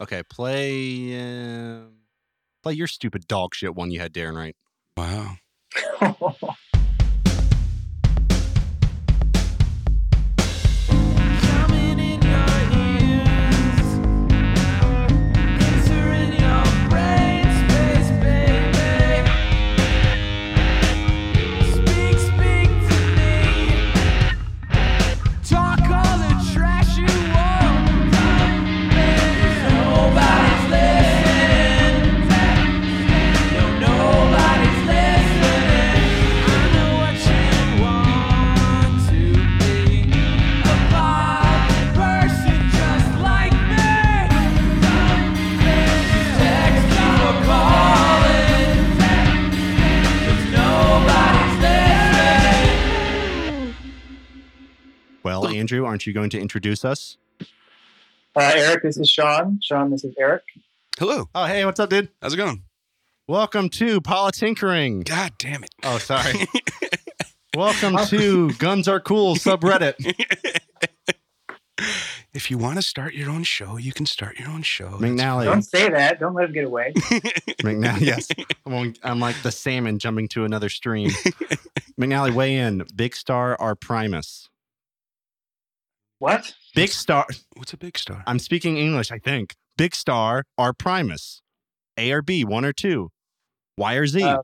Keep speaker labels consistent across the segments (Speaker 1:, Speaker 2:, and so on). Speaker 1: Okay, play um, play your stupid dog shit one you had, Darren. Right?
Speaker 2: Wow.
Speaker 1: Well, Andrew, aren't you going to introduce us?
Speaker 3: Uh, Eric, this is Sean. Sean, this is Eric.
Speaker 2: Hello.
Speaker 1: Oh, hey, what's up, dude?
Speaker 2: How's it going?
Speaker 1: Welcome to Politinkering.
Speaker 2: God damn it.
Speaker 1: Oh, sorry. Welcome to Guns Are Cool subreddit.
Speaker 2: If you want to start your own show, you can start your own show.
Speaker 3: Don't
Speaker 1: McNally.
Speaker 3: say that. Don't let him get away.
Speaker 1: McNally, yes. I'm, on- I'm like the salmon jumping to another stream. McNally, weigh in. Big Star or Primus?
Speaker 3: What?
Speaker 1: Big Star.
Speaker 2: What's a big star?
Speaker 1: I'm speaking English, I think. Big Star or Primus? A or B, one or two? Y or Z?
Speaker 3: Uh,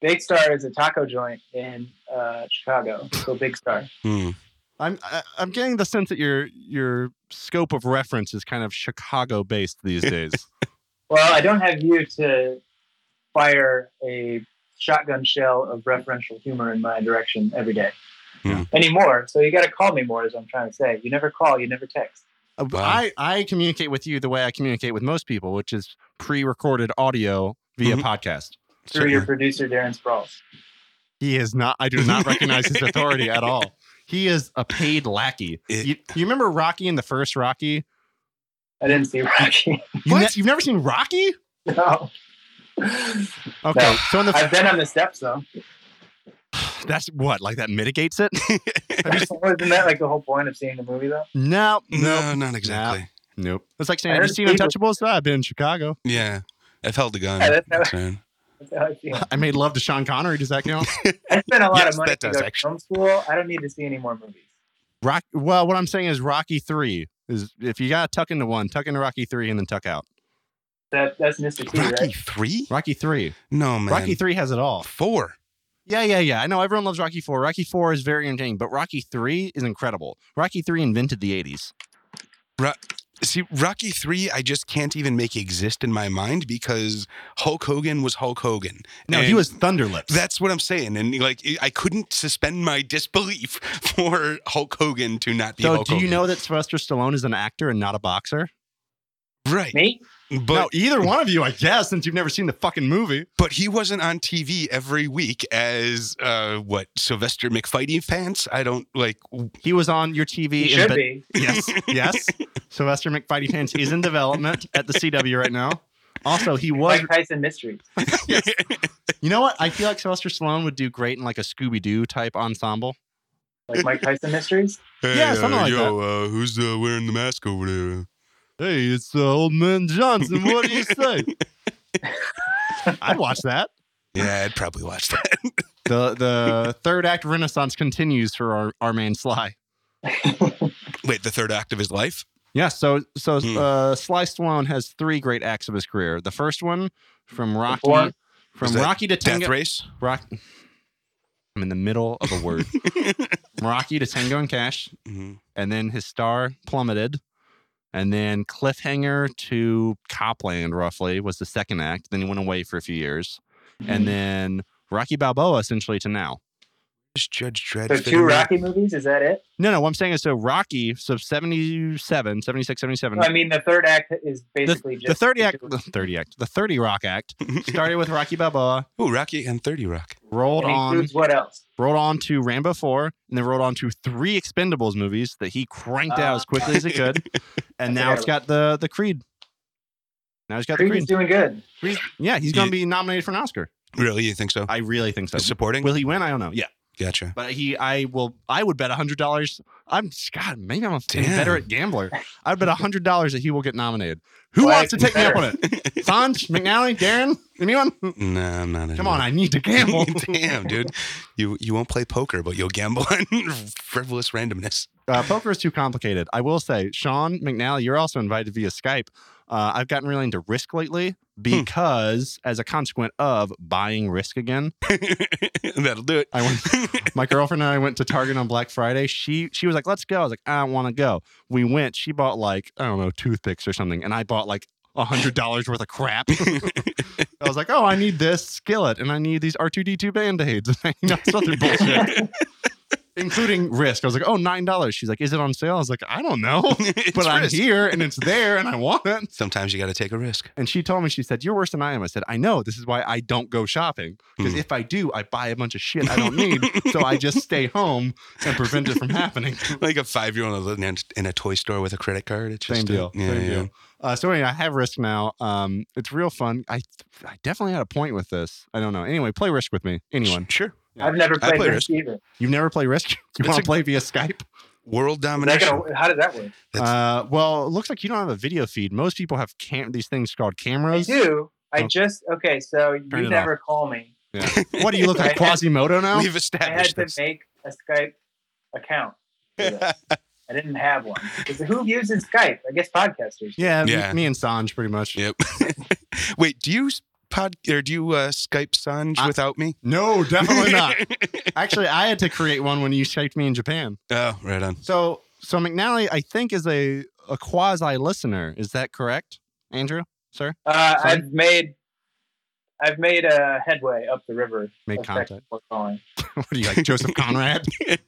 Speaker 3: Big Star is a taco joint in uh, Chicago. So Big Star.
Speaker 2: Hmm.
Speaker 1: I'm I, I'm getting the sense that your your scope of reference is kind of Chicago based these days.
Speaker 3: Well, I don't have you to fire a shotgun shell of referential humor in my direction every day
Speaker 2: Yeah.
Speaker 3: anymore. So you got to call me more, is what I'm trying to say. You never call, you never text.
Speaker 1: Uh,
Speaker 2: Wow.
Speaker 1: I, I communicate with you the way I communicate with most people, which is pre recorded audio via
Speaker 2: Mhm.
Speaker 1: podcast.
Speaker 3: Through your producer, Darren Sprouls.
Speaker 1: He is not, I do not recognize his authority at all. He is a paid lackey.
Speaker 2: It-
Speaker 1: you, you remember Rocky in the first Rocky?
Speaker 3: I didn't see Rocky.
Speaker 1: You
Speaker 2: What?
Speaker 1: you've never seen Rocky?
Speaker 3: no.
Speaker 1: Okay.
Speaker 3: No.
Speaker 1: So in the,
Speaker 3: I've been on the steps, though.
Speaker 1: that's what, like that mitigates it?
Speaker 3: Wasn't that like the whole point of seeing the movie, though?
Speaker 1: no, no,
Speaker 2: No, not exactly.
Speaker 1: nope. It's like saying,
Speaker 3: I
Speaker 1: have you
Speaker 3: heard
Speaker 1: seen
Speaker 3: people-
Speaker 1: Untouchables? Ah, I've been in Chicago.
Speaker 2: Yeah. I've held a gun.
Speaker 3: Yeah, that's how-
Speaker 2: That's fine.
Speaker 3: That's how I feel.
Speaker 1: I made love to Sean Connery. Does that count?
Speaker 3: I spent a lot
Speaker 2: Yes,
Speaker 3: of money
Speaker 2: that
Speaker 3: to
Speaker 2: does,
Speaker 3: go to
Speaker 2: actually.
Speaker 3: film school. I don't need to see any more movies.
Speaker 1: Rock. Well, what I'm saying is Rocky 3 is if you got to tuck into one, tuck into Rocky 3 and then tuck out.
Speaker 3: That that's Mr. T,
Speaker 2: Rocky
Speaker 3: right?
Speaker 2: three?
Speaker 1: Rocky 3.
Speaker 2: No, man.
Speaker 1: Rocky three has it all.
Speaker 2: four.
Speaker 1: Yeah, yeah, yeah. I know everyone loves Rocky four. Rocky four is very entertaining, but Rocky three is incredible. Rocky three invented the eighties.
Speaker 2: See, Rocky 3, I just can't even make exist in my mind because Hulk Hogan was Hulk Hogan.
Speaker 1: No, he
Speaker 2: And
Speaker 1: was Thunderlips.
Speaker 2: That's what I'm saying. And like, I couldn't suspend my disbelief for Hulk Hogan to not be
Speaker 1: so,
Speaker 2: Hulk
Speaker 1: do you
Speaker 2: Hogan.
Speaker 1: know that Sylvester Stallone is an actor and not a boxer?
Speaker 2: Right.
Speaker 3: Me?
Speaker 2: But,
Speaker 1: no, either one of you, I guess, since you've never seen the fucking movie.
Speaker 2: but he wasn't on TV every week as uh, what, Sylvester McFighty Pants? I don't like.
Speaker 1: He was on your TV.
Speaker 3: He
Speaker 1: in
Speaker 3: should
Speaker 1: Be-
Speaker 3: be.
Speaker 1: Yes, yes. Sylvester McFighty Pants is in development at the CW right now. Also, he was.
Speaker 3: Mike Tyson Mysteries.
Speaker 1: You know what? I feel like Sylvester Stallone would do great in like a Scooby Doo type ensemble.
Speaker 3: Like Mike Tyson Mysteries?
Speaker 2: Hey,
Speaker 1: Yeah, something like
Speaker 2: yo, Uh, who's uh, wearing the mask over there?
Speaker 1: Hey, it's uh, old man Johnson. What do you say? I'd watch that.
Speaker 2: Yeah, I'd probably watch that.
Speaker 1: The the third act renaissance continues for our, our man Sly.
Speaker 2: Wait, the third act of his life?
Speaker 1: Yeah, so so
Speaker 2: Hmm.
Speaker 1: uh, Sly Stallone has three great acts of his career. The first one from Rocky
Speaker 3: Born?
Speaker 1: from
Speaker 2: Is that
Speaker 1: Rocky to
Speaker 2: Death
Speaker 1: Tango.
Speaker 2: Race?
Speaker 1: Rock, I'm in the middle of a word. Rocky to Tango and Cash,
Speaker 2: hmm
Speaker 1: and then his star plummeted. And then Cliffhanger to Copland, roughly, was the second act. Then he went away for a few years.
Speaker 3: Mm-hmm.
Speaker 1: And then Rocky Balboa, essentially, to now.
Speaker 2: Just Judge Dredd.
Speaker 3: So
Speaker 2: fit
Speaker 3: two
Speaker 2: in there?
Speaker 3: Rocky movies, is that it?
Speaker 1: No, no, what I'm saying is so Rocky, so 77, 76, 77.
Speaker 3: No, I mean the third act is
Speaker 1: the,
Speaker 3: basically
Speaker 1: the
Speaker 3: just
Speaker 1: 30 act, the 30 act, the 30 Rock act started with Rocky Balboa,
Speaker 2: Ooh, Rocky and 30 Rock.
Speaker 1: rolled
Speaker 3: and
Speaker 1: on,
Speaker 3: includes what else?
Speaker 1: rolled on to Rambo 4, and then rolled on to three Expendables movies that he cranked out as
Speaker 3: Ah.
Speaker 1: quickly as he could. And now it's got the the Creed. Now he's got the
Speaker 3: Creed
Speaker 1: Creed.
Speaker 3: is doing good.
Speaker 1: He's- yeah, he's going to be nominated for an Oscar.
Speaker 2: Really? You think so?
Speaker 1: I really think so.
Speaker 2: Supporting?
Speaker 1: Will he win? I don't know. Yeah.
Speaker 2: Gotcha.
Speaker 1: But he, I will, I would bet hundred dollars. I'm God, maybe I'm a fucking
Speaker 2: Damn.
Speaker 1: better at gambler. I'd bet hundred dollars that he will get nominated. Who
Speaker 3: Well,
Speaker 1: wants to
Speaker 3: I-
Speaker 1: take me up on it? Sanj, McNally, Darren, anyone?
Speaker 2: No, I'm not. in
Speaker 1: Come
Speaker 2: it.
Speaker 1: on, I need to gamble.
Speaker 2: Damn, dude. You you won't play poker, but you'll gamble on frivolous randomness.
Speaker 1: Uh, poker is too complicated. I will say, Sean McNally, you're also invited via Skype. Uh, I've gotten really into risk lately because, as a consequence of buying risk again,
Speaker 2: That'll do it.
Speaker 1: I went. my girlfriend and I went to Target on Black Friday. She she was like, "Let's go." I was like, "I don't want to go." We went. She bought like I don't know toothpicks or something, and I bought like a hundred dollars worth of crap. I was like, "Oh, I need this skillet, and I need these R two D two band aids, and I need all this other bullshit." Including risk. I was like, oh, nine dollars. She's like, is it on sale? I was like, I don't know.
Speaker 2: It's
Speaker 1: but I'm
Speaker 2: risk.
Speaker 1: here and it's there and I want it.
Speaker 2: Sometimes you got to take a risk.
Speaker 1: And she told me, she said, You're worse than I am. I said, I know. This is why I don't go shopping. Because
Speaker 2: Hmm.
Speaker 1: if I do, I buy a bunch of shit I don't need. so I just stay home and prevent it from happening.
Speaker 2: Like a five year old in, in a toy store with a credit card. It's just
Speaker 1: Same
Speaker 2: a-
Speaker 1: deal.
Speaker 2: Yeah,
Speaker 1: Same
Speaker 2: yeah.
Speaker 1: deal. Uh, so anyway, I have risk now. Um, it's real fun. I I definitely had a point with this. I don't know. Anyway, play risk with me. Anyone?
Speaker 2: Sure.
Speaker 1: Yeah.
Speaker 3: I've never
Speaker 2: I
Speaker 3: played
Speaker 2: play
Speaker 3: Risk either.
Speaker 1: You never play risk? You
Speaker 2: It's
Speaker 1: want
Speaker 2: a-
Speaker 1: to play via Skype?
Speaker 2: World
Speaker 3: Is that
Speaker 2: domination.
Speaker 3: gonna- how does that work?
Speaker 2: That's-
Speaker 1: Uh, well, it looks like you don't have a video feed. Most people have cam- these things called
Speaker 3: I
Speaker 1: cameras.
Speaker 3: do. I
Speaker 1: Oh.
Speaker 3: just okay. So
Speaker 1: Turn it
Speaker 3: you never call me.
Speaker 1: What do you look like,
Speaker 3: I- I-
Speaker 1: Quasimodo now?
Speaker 2: We've
Speaker 3: I had
Speaker 2: established
Speaker 3: to
Speaker 2: this.
Speaker 3: make a Skype account. for that. I didn't have one. 'Cause Who uses Skype? I guess podcasters.
Speaker 1: Yeah, me-
Speaker 2: Yeah.
Speaker 1: Me, and Sanj pretty much.
Speaker 2: Yep. Wait, do you s- pod or do you uh, Skype Sanj
Speaker 1: I-
Speaker 2: without me?
Speaker 1: No, definitely not. Actually, I had to create one when you shaped me in Japan.
Speaker 2: oh, right on.
Speaker 1: So, so McNally, I think is a a quasi listener. Is that correct, Andrew? Sir,
Speaker 3: Uh,
Speaker 1: Sorry?
Speaker 3: I've made. I've made a headway up the river.
Speaker 1: make
Speaker 3: of
Speaker 1: contact.
Speaker 3: technical calling.
Speaker 1: What do you like, Joseph Conrad?
Speaker 3: It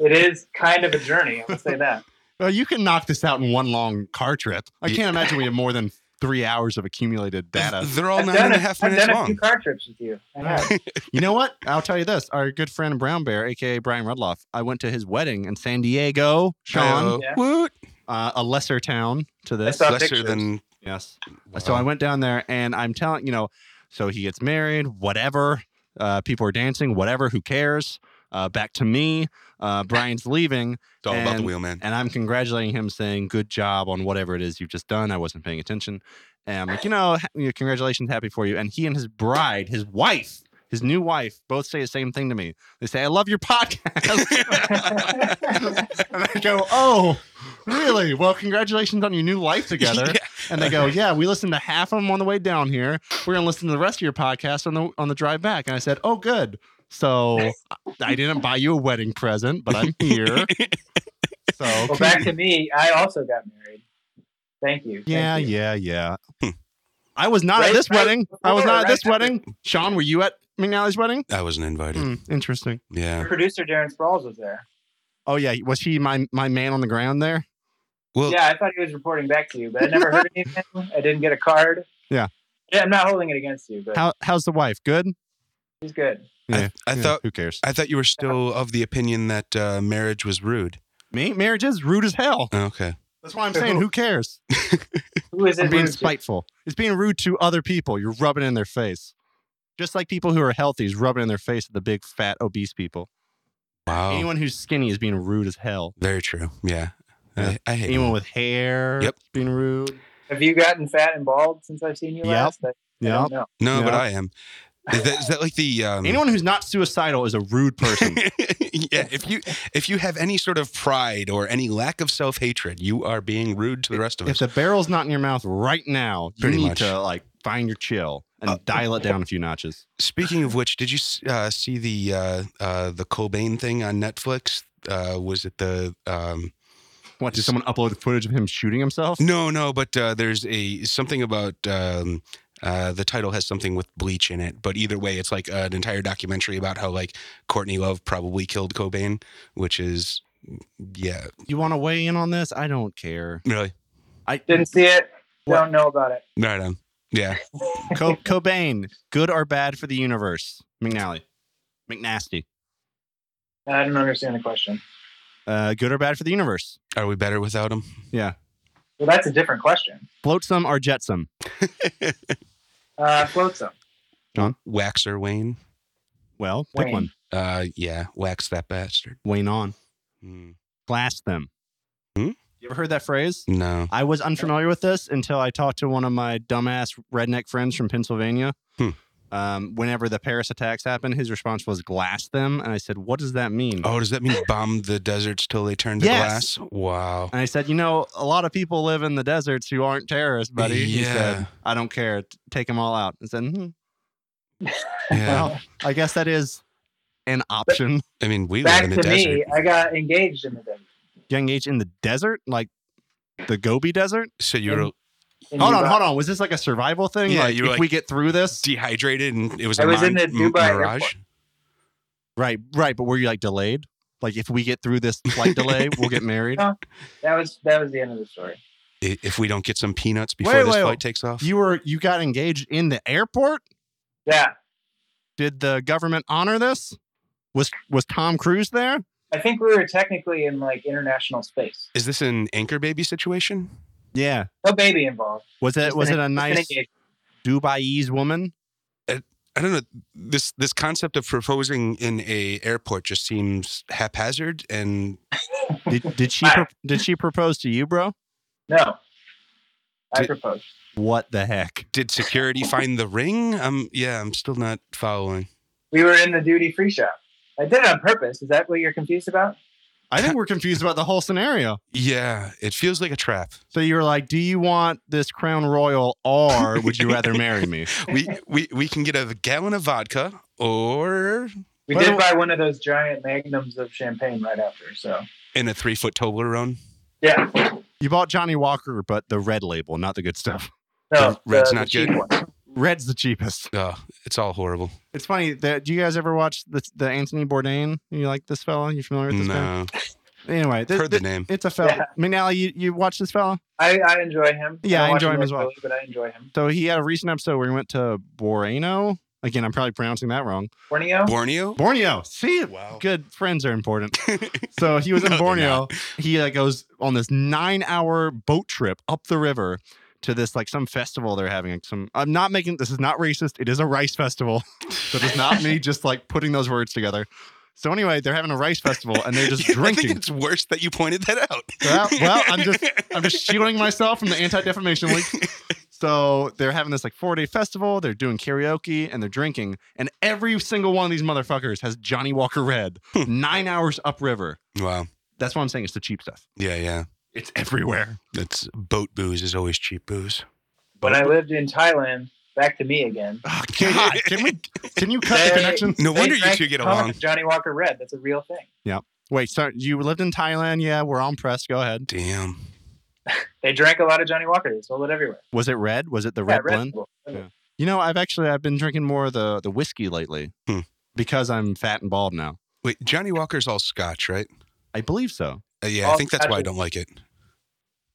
Speaker 3: is kind of a journey. I will say that.
Speaker 1: Well, you can knock this out in one long car trip. I
Speaker 2: Yeah.
Speaker 1: can't imagine we have more than three hours of accumulated data.
Speaker 2: They're all
Speaker 3: I've
Speaker 2: nine
Speaker 3: done
Speaker 2: and a
Speaker 3: a-
Speaker 2: half
Speaker 3: I've
Speaker 2: minutes
Speaker 3: done a
Speaker 2: long.
Speaker 3: few car trips with you. I have.
Speaker 1: You know what? I'll tell you this. Our good friend Brown Bear, aka Brian Rudloff, I went to his wedding in San Diego, Sean,
Speaker 2: Hello.
Speaker 3: Yeah.
Speaker 2: Woot.
Speaker 1: uh, a lesser town to this.
Speaker 3: saw- Uh,
Speaker 2: Lesser
Speaker 3: pictures.
Speaker 2: than.
Speaker 1: Yes. So I went down there and I'm telling, you know, so he gets married, whatever. Uh, people are dancing, whatever. Who cares? Uh, back to me. Uh, Brian's leaving
Speaker 2: It's all about the
Speaker 1: and-
Speaker 2: wheel, man.
Speaker 1: and I'm congratulating him, saying, Good job on whatever it is you've just done. I wasn't paying attention. And I'm like, You know, ha- you know, congratulations, happy for you. And he and his bride, his wife, his new wife, both say the same thing to me. They say, I love your podcast. and I go, Oh, really? Well, congratulations on your new life together.
Speaker 2: Yeah.
Speaker 1: And they go, "Yeah, we listened to half of them on the way down here. We're gonna listen to the rest of your podcast on the on the drive back." And I said, "Oh, good. So I- I didn't buy you a wedding present, but I'm here." So
Speaker 3: Well, back to me. I also got married. Thank you. Thank
Speaker 1: yeah,
Speaker 3: you.
Speaker 1: yeah, yeah.
Speaker 2: Hmm.
Speaker 1: I was not at
Speaker 3: Right-
Speaker 1: this
Speaker 3: right
Speaker 1: wedding. I was
Speaker 3: before,
Speaker 1: not at
Speaker 3: right
Speaker 1: this
Speaker 3: after.
Speaker 1: wedding. Sean, were you at McNally's wedding?
Speaker 2: I wasn't invited.
Speaker 1: Hmm, interesting.
Speaker 2: Yeah.
Speaker 3: Your producer Darren Sprawls was there.
Speaker 1: Oh yeah, was he my my man on the ground there?
Speaker 2: Well,
Speaker 3: Yeah, I thought he was reporting back to you, but I never heard anything. I didn't get a card.
Speaker 1: Yeah.
Speaker 3: Yeah, I'm not holding it against you, but
Speaker 1: How how's the wife? Good.
Speaker 3: he's good.
Speaker 1: Yeah,
Speaker 2: I, I
Speaker 1: Yeah,
Speaker 2: thought
Speaker 1: who cares?
Speaker 2: I thought you were still of the opinion that uh, marriage was rude.
Speaker 1: Me marriage is rude as hell.
Speaker 2: Okay.
Speaker 1: That's why I'm saying who cares.
Speaker 3: Who is it?
Speaker 1: I'm being
Speaker 3: rude to?
Speaker 1: spiteful. It's being rude to other people. You're rubbing it in their face. Just like people who are healthy is rubbing it in their face at the big, fat, obese people.
Speaker 2: Wow.
Speaker 1: Anyone who's skinny is being rude as hell.
Speaker 2: Very true. Yeah.
Speaker 1: Yeah.
Speaker 2: I, I hate
Speaker 1: Anyone with hair
Speaker 2: Yep.
Speaker 1: is being rude.
Speaker 3: Have you gotten fat and bald since I've seen you
Speaker 1: Yep.
Speaker 3: last? I, I
Speaker 1: Yeah.
Speaker 3: don't know.
Speaker 2: No, but
Speaker 1: Yeah.
Speaker 2: I am. Is that, is that like the um,
Speaker 1: Anyone who's not suicidal is a rude person.
Speaker 2: yeah, if you if you have any sort of pride or any lack of self hatred, you are being rude to the rest of
Speaker 1: if
Speaker 2: us.
Speaker 1: the barrel's not in your mouth right now, you
Speaker 2: Pretty
Speaker 1: need
Speaker 2: much.
Speaker 1: to like find your chill and
Speaker 2: Uh,
Speaker 1: dial it down a few notches.
Speaker 2: Speaking of which, did you s- uh, see the uh, uh, the Cobain thing on Netflix? Uh, was it the um,
Speaker 1: What? Did someone upload footage of him shooting himself?
Speaker 2: no no? But uh, there's a something about um, uh, the title has something with bleach in it. But either way, it's like an entire documentary about how like Courtney Love probably killed Cobain, which is yeah
Speaker 1: You want to weigh in on this? I don't care.
Speaker 2: really
Speaker 3: Didn't see it.
Speaker 1: What?
Speaker 3: Don't know about it.
Speaker 2: right on yeah
Speaker 1: Co- Cobain, good or bad for the universe? McNally, McNasty.
Speaker 3: I don't understand the question.
Speaker 1: uh, good or bad for the universe?
Speaker 2: are we better without him
Speaker 3: Well, that's a different question.
Speaker 1: Floatsome or jetsome?
Speaker 3: Uh, float some.
Speaker 2: Waxer Wayne
Speaker 1: Well, pick
Speaker 3: Wayne.
Speaker 1: one.
Speaker 2: Uh, yeah, wax that bastard.
Speaker 1: Wayne on. Hmm.
Speaker 2: Mm.
Speaker 1: Blast them.
Speaker 2: Hmm?
Speaker 1: You ever heard that phrase?
Speaker 2: No.
Speaker 1: I was unfamiliar with this until I talked to one of my dumbass redneck friends from Pennsylvania.
Speaker 2: Hmm.
Speaker 1: Um, whenever the Paris attacks happened, his response was glass them. And I said, What does that mean?
Speaker 2: Oh, does that mean bomb the deserts till they turn to
Speaker 1: Yes.
Speaker 2: glass? Wow.
Speaker 1: And I said, You know, a lot of people live in the deserts who aren't terrorists, buddy. He
Speaker 2: Yeah.
Speaker 1: said, I don't care. T- Take them all out. I said, hmm,
Speaker 2: Yeah.
Speaker 1: Well, I guess that is an option.
Speaker 2: I mean, we live
Speaker 3: Back
Speaker 2: in the
Speaker 3: to
Speaker 2: desert.
Speaker 3: me, I got engaged in the desert.
Speaker 1: You engage in the desert, like the Gobi Desert.
Speaker 2: So you were
Speaker 3: In
Speaker 1: Hold on,
Speaker 3: Dubai.
Speaker 1: hold on. Was this like a survival thing?
Speaker 2: Yeah,
Speaker 1: like,
Speaker 2: you
Speaker 1: if
Speaker 2: were like-
Speaker 1: we get through this,
Speaker 2: dehydrated and it was
Speaker 3: I
Speaker 2: a
Speaker 3: was in
Speaker 2: mon-
Speaker 3: the
Speaker 2: m-
Speaker 3: Dubai
Speaker 2: mirage?
Speaker 3: airport.
Speaker 1: right, right. But were you like delayed? Like if we get through this flight delay, we'll get married.
Speaker 3: No. That was that was the end of the story.
Speaker 2: I- If we don't get some peanuts before
Speaker 1: Wait,
Speaker 2: this
Speaker 1: wait,
Speaker 2: flight takes off.
Speaker 1: You were you got engaged in the airport.
Speaker 3: Yeah,
Speaker 1: Did the government honor this? Was was Tom Cruise there?
Speaker 3: I think we were technically in like international space.
Speaker 2: Is this an anchor baby situation?
Speaker 1: Yeah.
Speaker 3: No baby involved.
Speaker 1: Was it
Speaker 3: Just
Speaker 1: was
Speaker 3: an-
Speaker 1: it a
Speaker 3: just an
Speaker 1: nice
Speaker 3: engagement.
Speaker 1: Dubaiese woman?
Speaker 2: I don't know. This this concept of proposing in a airport just seems haphazard and
Speaker 1: Did did she pro- did she propose to you, bro?
Speaker 3: No, I
Speaker 2: Did-
Speaker 3: proposed.
Speaker 1: What the heck?
Speaker 2: did security find the ring? Um yeah, I'm still not following.
Speaker 3: We were in the duty free shop. I did it on purpose. Is that what you're confused about?
Speaker 1: I think we're confused about the whole scenario.
Speaker 2: Yeah, it feels like a trap.
Speaker 1: So you were like, "Do you want this crown royal, or would you rather marry me?"
Speaker 2: We we we can get a gallon of vodka or
Speaker 3: We
Speaker 1: By the
Speaker 3: did buy one of those giant magnums of champagne right after. So
Speaker 2: in a three foot Toblerone.
Speaker 3: yeah,
Speaker 1: You bought Johnny Walker, but the red label, not the good stuff.
Speaker 3: no,
Speaker 2: The red's
Speaker 3: the-
Speaker 2: not
Speaker 3: the cheap
Speaker 2: good.
Speaker 3: one.
Speaker 1: Red's the cheapest.
Speaker 2: Oh, it's all horrible.
Speaker 1: It's funny that do you guys ever watch the the Anthony Bourdain? You like this fella? You familiar with this guy?
Speaker 2: No,
Speaker 1: Anyway, this,
Speaker 2: heard the name.
Speaker 1: it's a fella.
Speaker 3: Yeah.
Speaker 1: Manali, you you watch this fella?
Speaker 3: I, I enjoy him.
Speaker 1: Yeah,
Speaker 3: don't
Speaker 1: I
Speaker 3: watch
Speaker 1: enjoy him as well.
Speaker 3: regularly, But I enjoy him.
Speaker 1: So he had a recent episode where he went to Borneo. Again, I'm probably pronouncing that wrong.
Speaker 3: Borneo.
Speaker 2: Borneo.
Speaker 1: Borneo. See,
Speaker 2: Wow.
Speaker 1: good friends are important. So he was in
Speaker 2: No, they're
Speaker 1: Borneo. He like goes on this nine hour boat trip up the river to this like some festival they're having. Like, some I'm not making this is not racist. It is a rice festival. So it's not me just like putting those words together. So anyway, they're having a rice festival and they're just
Speaker 2: I think
Speaker 1: drinking.
Speaker 2: it's worse that you pointed that out.
Speaker 1: Well- well, I'm just- I'm just shielding myself from the Anti Defamation League. So they're having this like four day festival. They're doing karaoke and they're drinking. And every single one of these motherfuckers has Johnny Walker Red.
Speaker 2: Hmm.
Speaker 1: nine hours upriver.
Speaker 2: Wow.
Speaker 1: That's what I'm saying. It's the cheap stuff.
Speaker 2: Yeah, yeah.
Speaker 1: It's everywhere.
Speaker 2: That's boat booze is always cheap booze.
Speaker 3: When I lived in Thailand, back to me again.
Speaker 1: Oh, God, can we? Can you cut the
Speaker 3: They-
Speaker 1: connection?
Speaker 2: No
Speaker 3: They
Speaker 2: wonder you
Speaker 3: drank
Speaker 2: two get
Speaker 3: tons
Speaker 2: along.
Speaker 3: of Johnny Walker Red. That's a real thing.
Speaker 1: Wait, sorry. You lived in Thailand. Yeah, we're all impressed. Go ahead.
Speaker 2: Damn.
Speaker 3: They drank a lot of Johnny Walker. They sold it everywhere.
Speaker 1: Was it red? Was it the
Speaker 3: Yeah,
Speaker 1: red blend?
Speaker 3: Bull.
Speaker 1: Yeah. You know, I've actually I've been drinking more of the the whiskey lately
Speaker 2: Hmm.
Speaker 1: because I'm fat and bald now.
Speaker 2: Wait, Johnny Walker's all Scotch, right?
Speaker 1: I believe so.
Speaker 2: Uh, yeah, I
Speaker 3: All
Speaker 2: think that's why I
Speaker 3: Scotch.
Speaker 2: don't like it.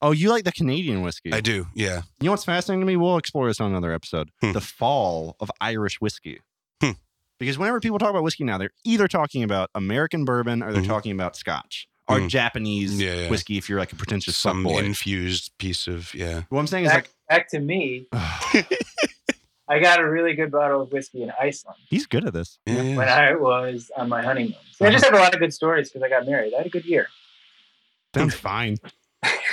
Speaker 1: Oh, you like the Canadian whiskey?
Speaker 2: I do. Yeah.
Speaker 1: You know what's fascinating to me? We'll explore this on another episode.
Speaker 2: Hmm.
Speaker 1: The fall of Irish whiskey.
Speaker 2: Hmm.
Speaker 1: Because whenever people talk about whiskey now, they're either talking about American bourbon or they're
Speaker 2: Mhm.
Speaker 1: talking about Scotch or
Speaker 2: Mhm.
Speaker 1: Japanese
Speaker 2: Yeah, yeah.
Speaker 1: whiskey. If you're like a pretentious
Speaker 2: Some
Speaker 1: fuckboy.
Speaker 2: infused piece of yeah.
Speaker 1: what I'm saying is
Speaker 3: Back,
Speaker 1: like,
Speaker 3: back to me.
Speaker 1: ugh,
Speaker 3: I got a really good bottle of whiskey in Iceland
Speaker 1: he's good at this.
Speaker 2: Yeah, yeah. Uh-huh.
Speaker 3: when I was on my honeymoon. So I just had a lot of good stories because I got married. I had a good year.
Speaker 1: Sounds fine.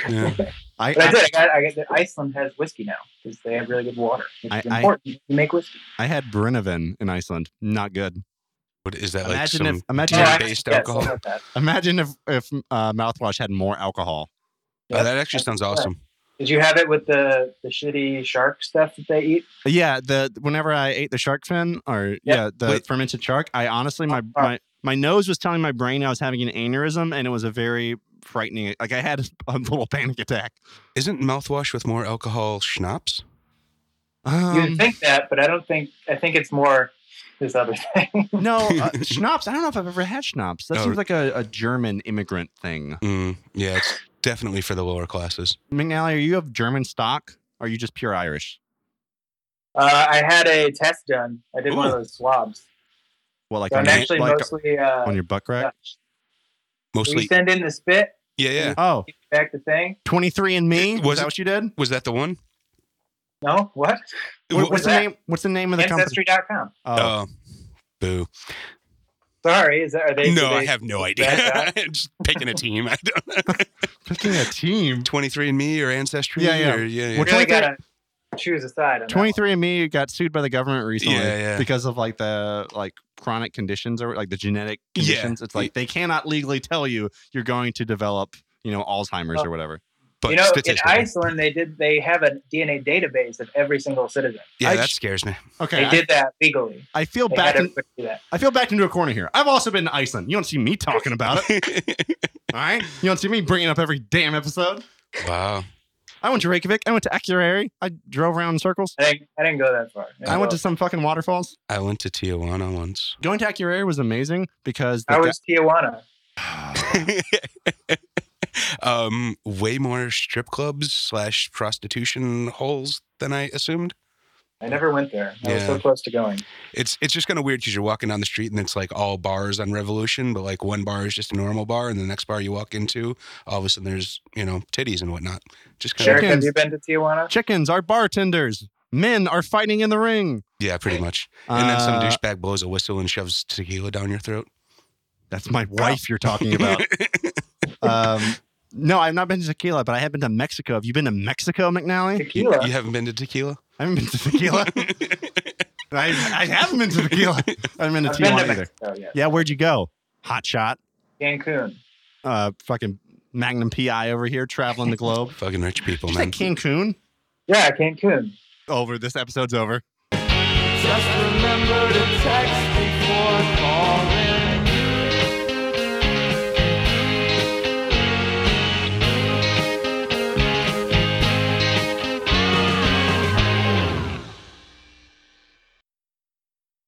Speaker 2: yeah.
Speaker 1: I,
Speaker 3: But I did.
Speaker 1: I,
Speaker 3: I got. I got Iceland has whiskey now because they have really good water. It's
Speaker 1: I- I-
Speaker 3: important to make whiskey.
Speaker 1: I had Brinovan in Iceland. Not good.
Speaker 2: What is that like?
Speaker 1: Imagine
Speaker 2: some
Speaker 1: if- imagine
Speaker 3: Oh,
Speaker 1: if-
Speaker 2: gin
Speaker 3: I-
Speaker 2: based
Speaker 3: yes, I
Speaker 2: alcohol.
Speaker 3: love that.
Speaker 1: Imagine if if uh, mouthwash had more alcohol.
Speaker 2: Oh, that actually sounds awesome.
Speaker 3: Did you have it with the the shitty shark stuff that they eat?
Speaker 1: Yeah, the whenever I ate the shark fin or yeah, the
Speaker 2: Wait.
Speaker 1: fermented shark, I honestly my
Speaker 3: Oh.
Speaker 1: my my nose was telling my brain I was having an aneurysm, and it was a very frightening. Like I had a little panic attack.
Speaker 2: Isn't mouthwash with more alcohol schnapps?
Speaker 3: you
Speaker 1: Um,
Speaker 3: would think that, but I don't think. I think it's more this other thing.
Speaker 1: no, uh, schnapps. I don't know if I've ever had schnapps. That
Speaker 2: Oh.
Speaker 1: seems like a, a German immigrant thing.
Speaker 2: Mm, yeah, it's definitely for the lower classes.
Speaker 1: McNally, are you of German stock? Or are you just pure Irish?
Speaker 3: uh, I had a test done. I did one of
Speaker 2: Ooh.
Speaker 3: those swabs.
Speaker 1: Well, like
Speaker 3: So
Speaker 1: on
Speaker 3: I'm
Speaker 1: your,
Speaker 3: actually
Speaker 1: like
Speaker 3: mostly uh,
Speaker 1: on your butt crack.
Speaker 3: Dutch. We
Speaker 2: Mostly.
Speaker 3: send in the spit,
Speaker 2: Yeah, yeah.
Speaker 1: Oh,
Speaker 3: get back the thing.
Speaker 1: 23 and me.
Speaker 2: It-
Speaker 1: Was
Speaker 2: was
Speaker 1: that
Speaker 2: it-
Speaker 1: what you did?
Speaker 2: Was that the one?
Speaker 3: No, what?
Speaker 1: What-
Speaker 2: Wha-
Speaker 1: what's
Speaker 3: was
Speaker 1: the Oh,
Speaker 3: that? Oh.
Speaker 2: Uh,
Speaker 1: name? What's the name of the company?
Speaker 3: Ancestry.com.
Speaker 1: Oh,
Speaker 2: Oh, boo.
Speaker 3: Sorry, is that are they? do
Speaker 2: no, I
Speaker 3: they-
Speaker 2: have no idea.
Speaker 3: that
Speaker 2: Just picking a team. I don't
Speaker 1: Picking a team.
Speaker 2: 23 and me or ancestry.
Speaker 1: Yeah, yeah.
Speaker 2: or- yeah, yeah.
Speaker 1: Which-
Speaker 3: Really
Speaker 1: 23
Speaker 3: gotta choose a side. On that one.
Speaker 1: 23andMe got sued by the government recently
Speaker 2: Yeah, yeah.
Speaker 1: because of like the like chronic conditions or like the genetic
Speaker 2: Yeah.
Speaker 1: conditions. It's like they cannot legally tell you you're going to develop, you know, Alzheimer's
Speaker 3: Oh,
Speaker 1: or whatever.
Speaker 2: But
Speaker 3: you know, in
Speaker 2: statistically.
Speaker 3: Iceland, they did they have a DNA database of every single citizen.
Speaker 2: yeah,
Speaker 1: I
Speaker 2: that
Speaker 1: sh-
Speaker 2: scares me.
Speaker 1: Okay,
Speaker 3: they
Speaker 1: I,
Speaker 3: did that legally.
Speaker 1: I feel
Speaker 3: They
Speaker 1: back.
Speaker 3: had
Speaker 1: In,
Speaker 3: everybody do that.
Speaker 1: I feel backed into a corner here. I've also been to Iceland. You don't see me talking about it, all right? You don't see me bringing up every damn episode.
Speaker 2: wow.
Speaker 1: I went to Reykjavik. I went to Akureyri. I drove around in circles.
Speaker 3: I didn't, I didn't go that far.
Speaker 1: I went to some fucking waterfalls.
Speaker 2: I went to Tijuana once.
Speaker 1: Going to Akureyri was amazing because the
Speaker 3: I
Speaker 1: guy-
Speaker 3: was Tijuana.
Speaker 2: um, way more strip clubs slash prostitution holes than I assumed.
Speaker 3: I never went there. I was
Speaker 2: Yeah.
Speaker 3: so close to going.
Speaker 2: It's it's just kind of weird because you're walking down the street and it's like all bars on Revolution, but like one bar is just a normal bar, and the next bar you walk into, all of a sudden there's you know titties and whatnot. Just kind
Speaker 3: Sure.
Speaker 2: of
Speaker 1: Chickens.
Speaker 3: Have you been to Tijuana?
Speaker 1: chickens are bartenders. Men are fighting in the ring.
Speaker 2: yeah, pretty much. And then some
Speaker 1: Uh,
Speaker 2: douchebag blows a whistle and shoves tequila down your throat.
Speaker 1: That's my wife you're talking about. um, no, I've not been to tequila, but I have been to Mexico. Have you been to Mexico, McNally?
Speaker 2: You,
Speaker 3: Tequila.
Speaker 2: you haven't been to tequila?
Speaker 1: I haven't been to tequila. I, I haven't been to tequila. I haven't been to
Speaker 3: I've been
Speaker 1: Tijuana
Speaker 3: to
Speaker 1: either.
Speaker 3: Mexico. Yes.
Speaker 1: Yeah, where'd you go? Hot shot.
Speaker 3: Cancun.
Speaker 1: Uh, fucking Magnum PI over here traveling the globe.
Speaker 2: Fucking rich people,
Speaker 1: Did you say
Speaker 2: man.
Speaker 1: Cancun?
Speaker 3: Yeah, Cancun.
Speaker 1: Over. This episode's over.
Speaker 4: Just remember to text